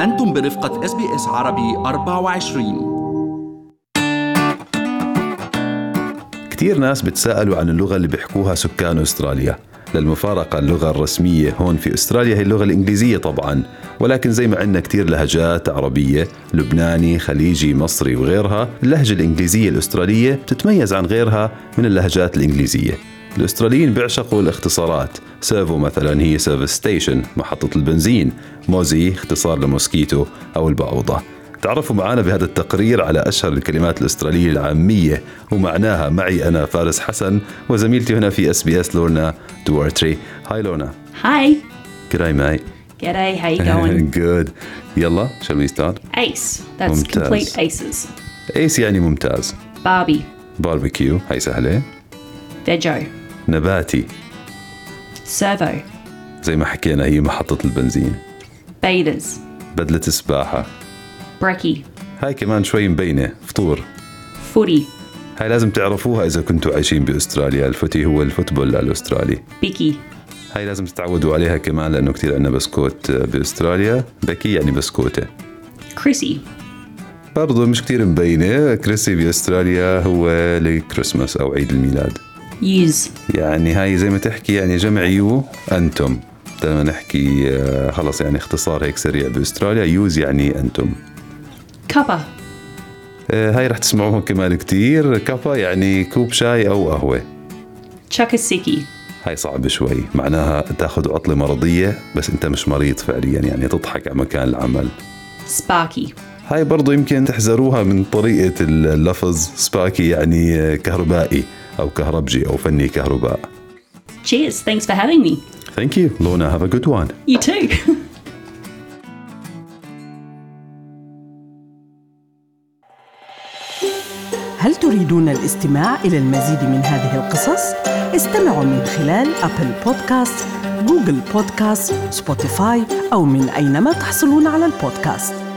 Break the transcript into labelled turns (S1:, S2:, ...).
S1: أنتم برفقة اس بي اس عربي 24
S2: كتير ناس بتسألوا عن اللغة اللي بيحكوها سكان أستراليا للمفارقة اللغة الرسمية هون في أستراليا هي اللغة الإنجليزية طبعا ولكن زي ما عندنا كتير لهجات عربية لبناني خليجي مصري وغيرها اللهجة الإنجليزية الأسترالية بتتميز عن غيرها من اللهجات الإنجليزية الاستراليين بيعشقوا الاختصارات سيرفو مثلا هي سيرفيس ستيشن محطة البنزين موزي اختصار لموسكيتو أو البعوضة تعرفوا معنا بهذا التقرير على أشهر الكلمات الأسترالية العامية ومعناها معي أنا فارس حسن وزميلتي هنا في اس بي اس لورنا دوارتري هاي لورنا
S3: Hi.
S2: G'day mate
S3: G'day. How you going?
S2: Good يلا shall we start
S3: Ace. That's
S2: Mumtaz.
S3: complete aces.
S2: ايس يعني ممتاز
S3: Barbie.
S2: باربيكيو هاي سهلة
S3: Vejo.
S2: نباتي
S3: Servo.
S2: زي ما حكينا هي محطة البنزين
S3: Bathers.
S2: بدلة سباحة
S3: Brekkie.
S2: هاي كمان شوي مبينة فطور
S3: Footy.
S2: هاي لازم تعرفوها إذا كنتوا عايشين بأستراليا الفوتي هو الفوتبول الأسترالي
S3: Bicky.
S2: هاي لازم تتعودوا عليها كمان لانه كثير عندنا بسكوت باستراليا بكي يعني بسكوته
S3: Chrissy.
S2: برضو مش كثير مبينه كريسي باستراليا هو لكريسماس او عيد الميلاد
S3: Use.
S2: يعني هاي زي ما تحكي يعني جمع يو انتم لما نحكي آه، خلص يعني اختصار هيك سريع باستراليا يوز يعني انتم
S3: Cuppa.
S2: آه، هاي رح تسمعوها كمان كثير كافا يعني كوب شاي او قهوه
S3: Chuckasiki.
S2: هاي صعبة شوي معناها تاخذ عطلة مرضية بس انت مش مريض فعليا يعني تضحك على مكان العمل
S3: Sparky.
S2: هاي برضو يمكن تحذروها من طريقة اللفظ سباكي يعني كهربائي أو كهربجي أو فني كهرباء
S3: Cheers. Thanks for having me.
S2: Thank you Luna have a good one
S3: You too.
S4: هل تريدون الاستماع إلى المزيد من هذه القصص؟ استمعوا من خلال أبل بودكاست، جوجل بودكاست، سبوتيفاي أو من أينما تحصلون على البودكاست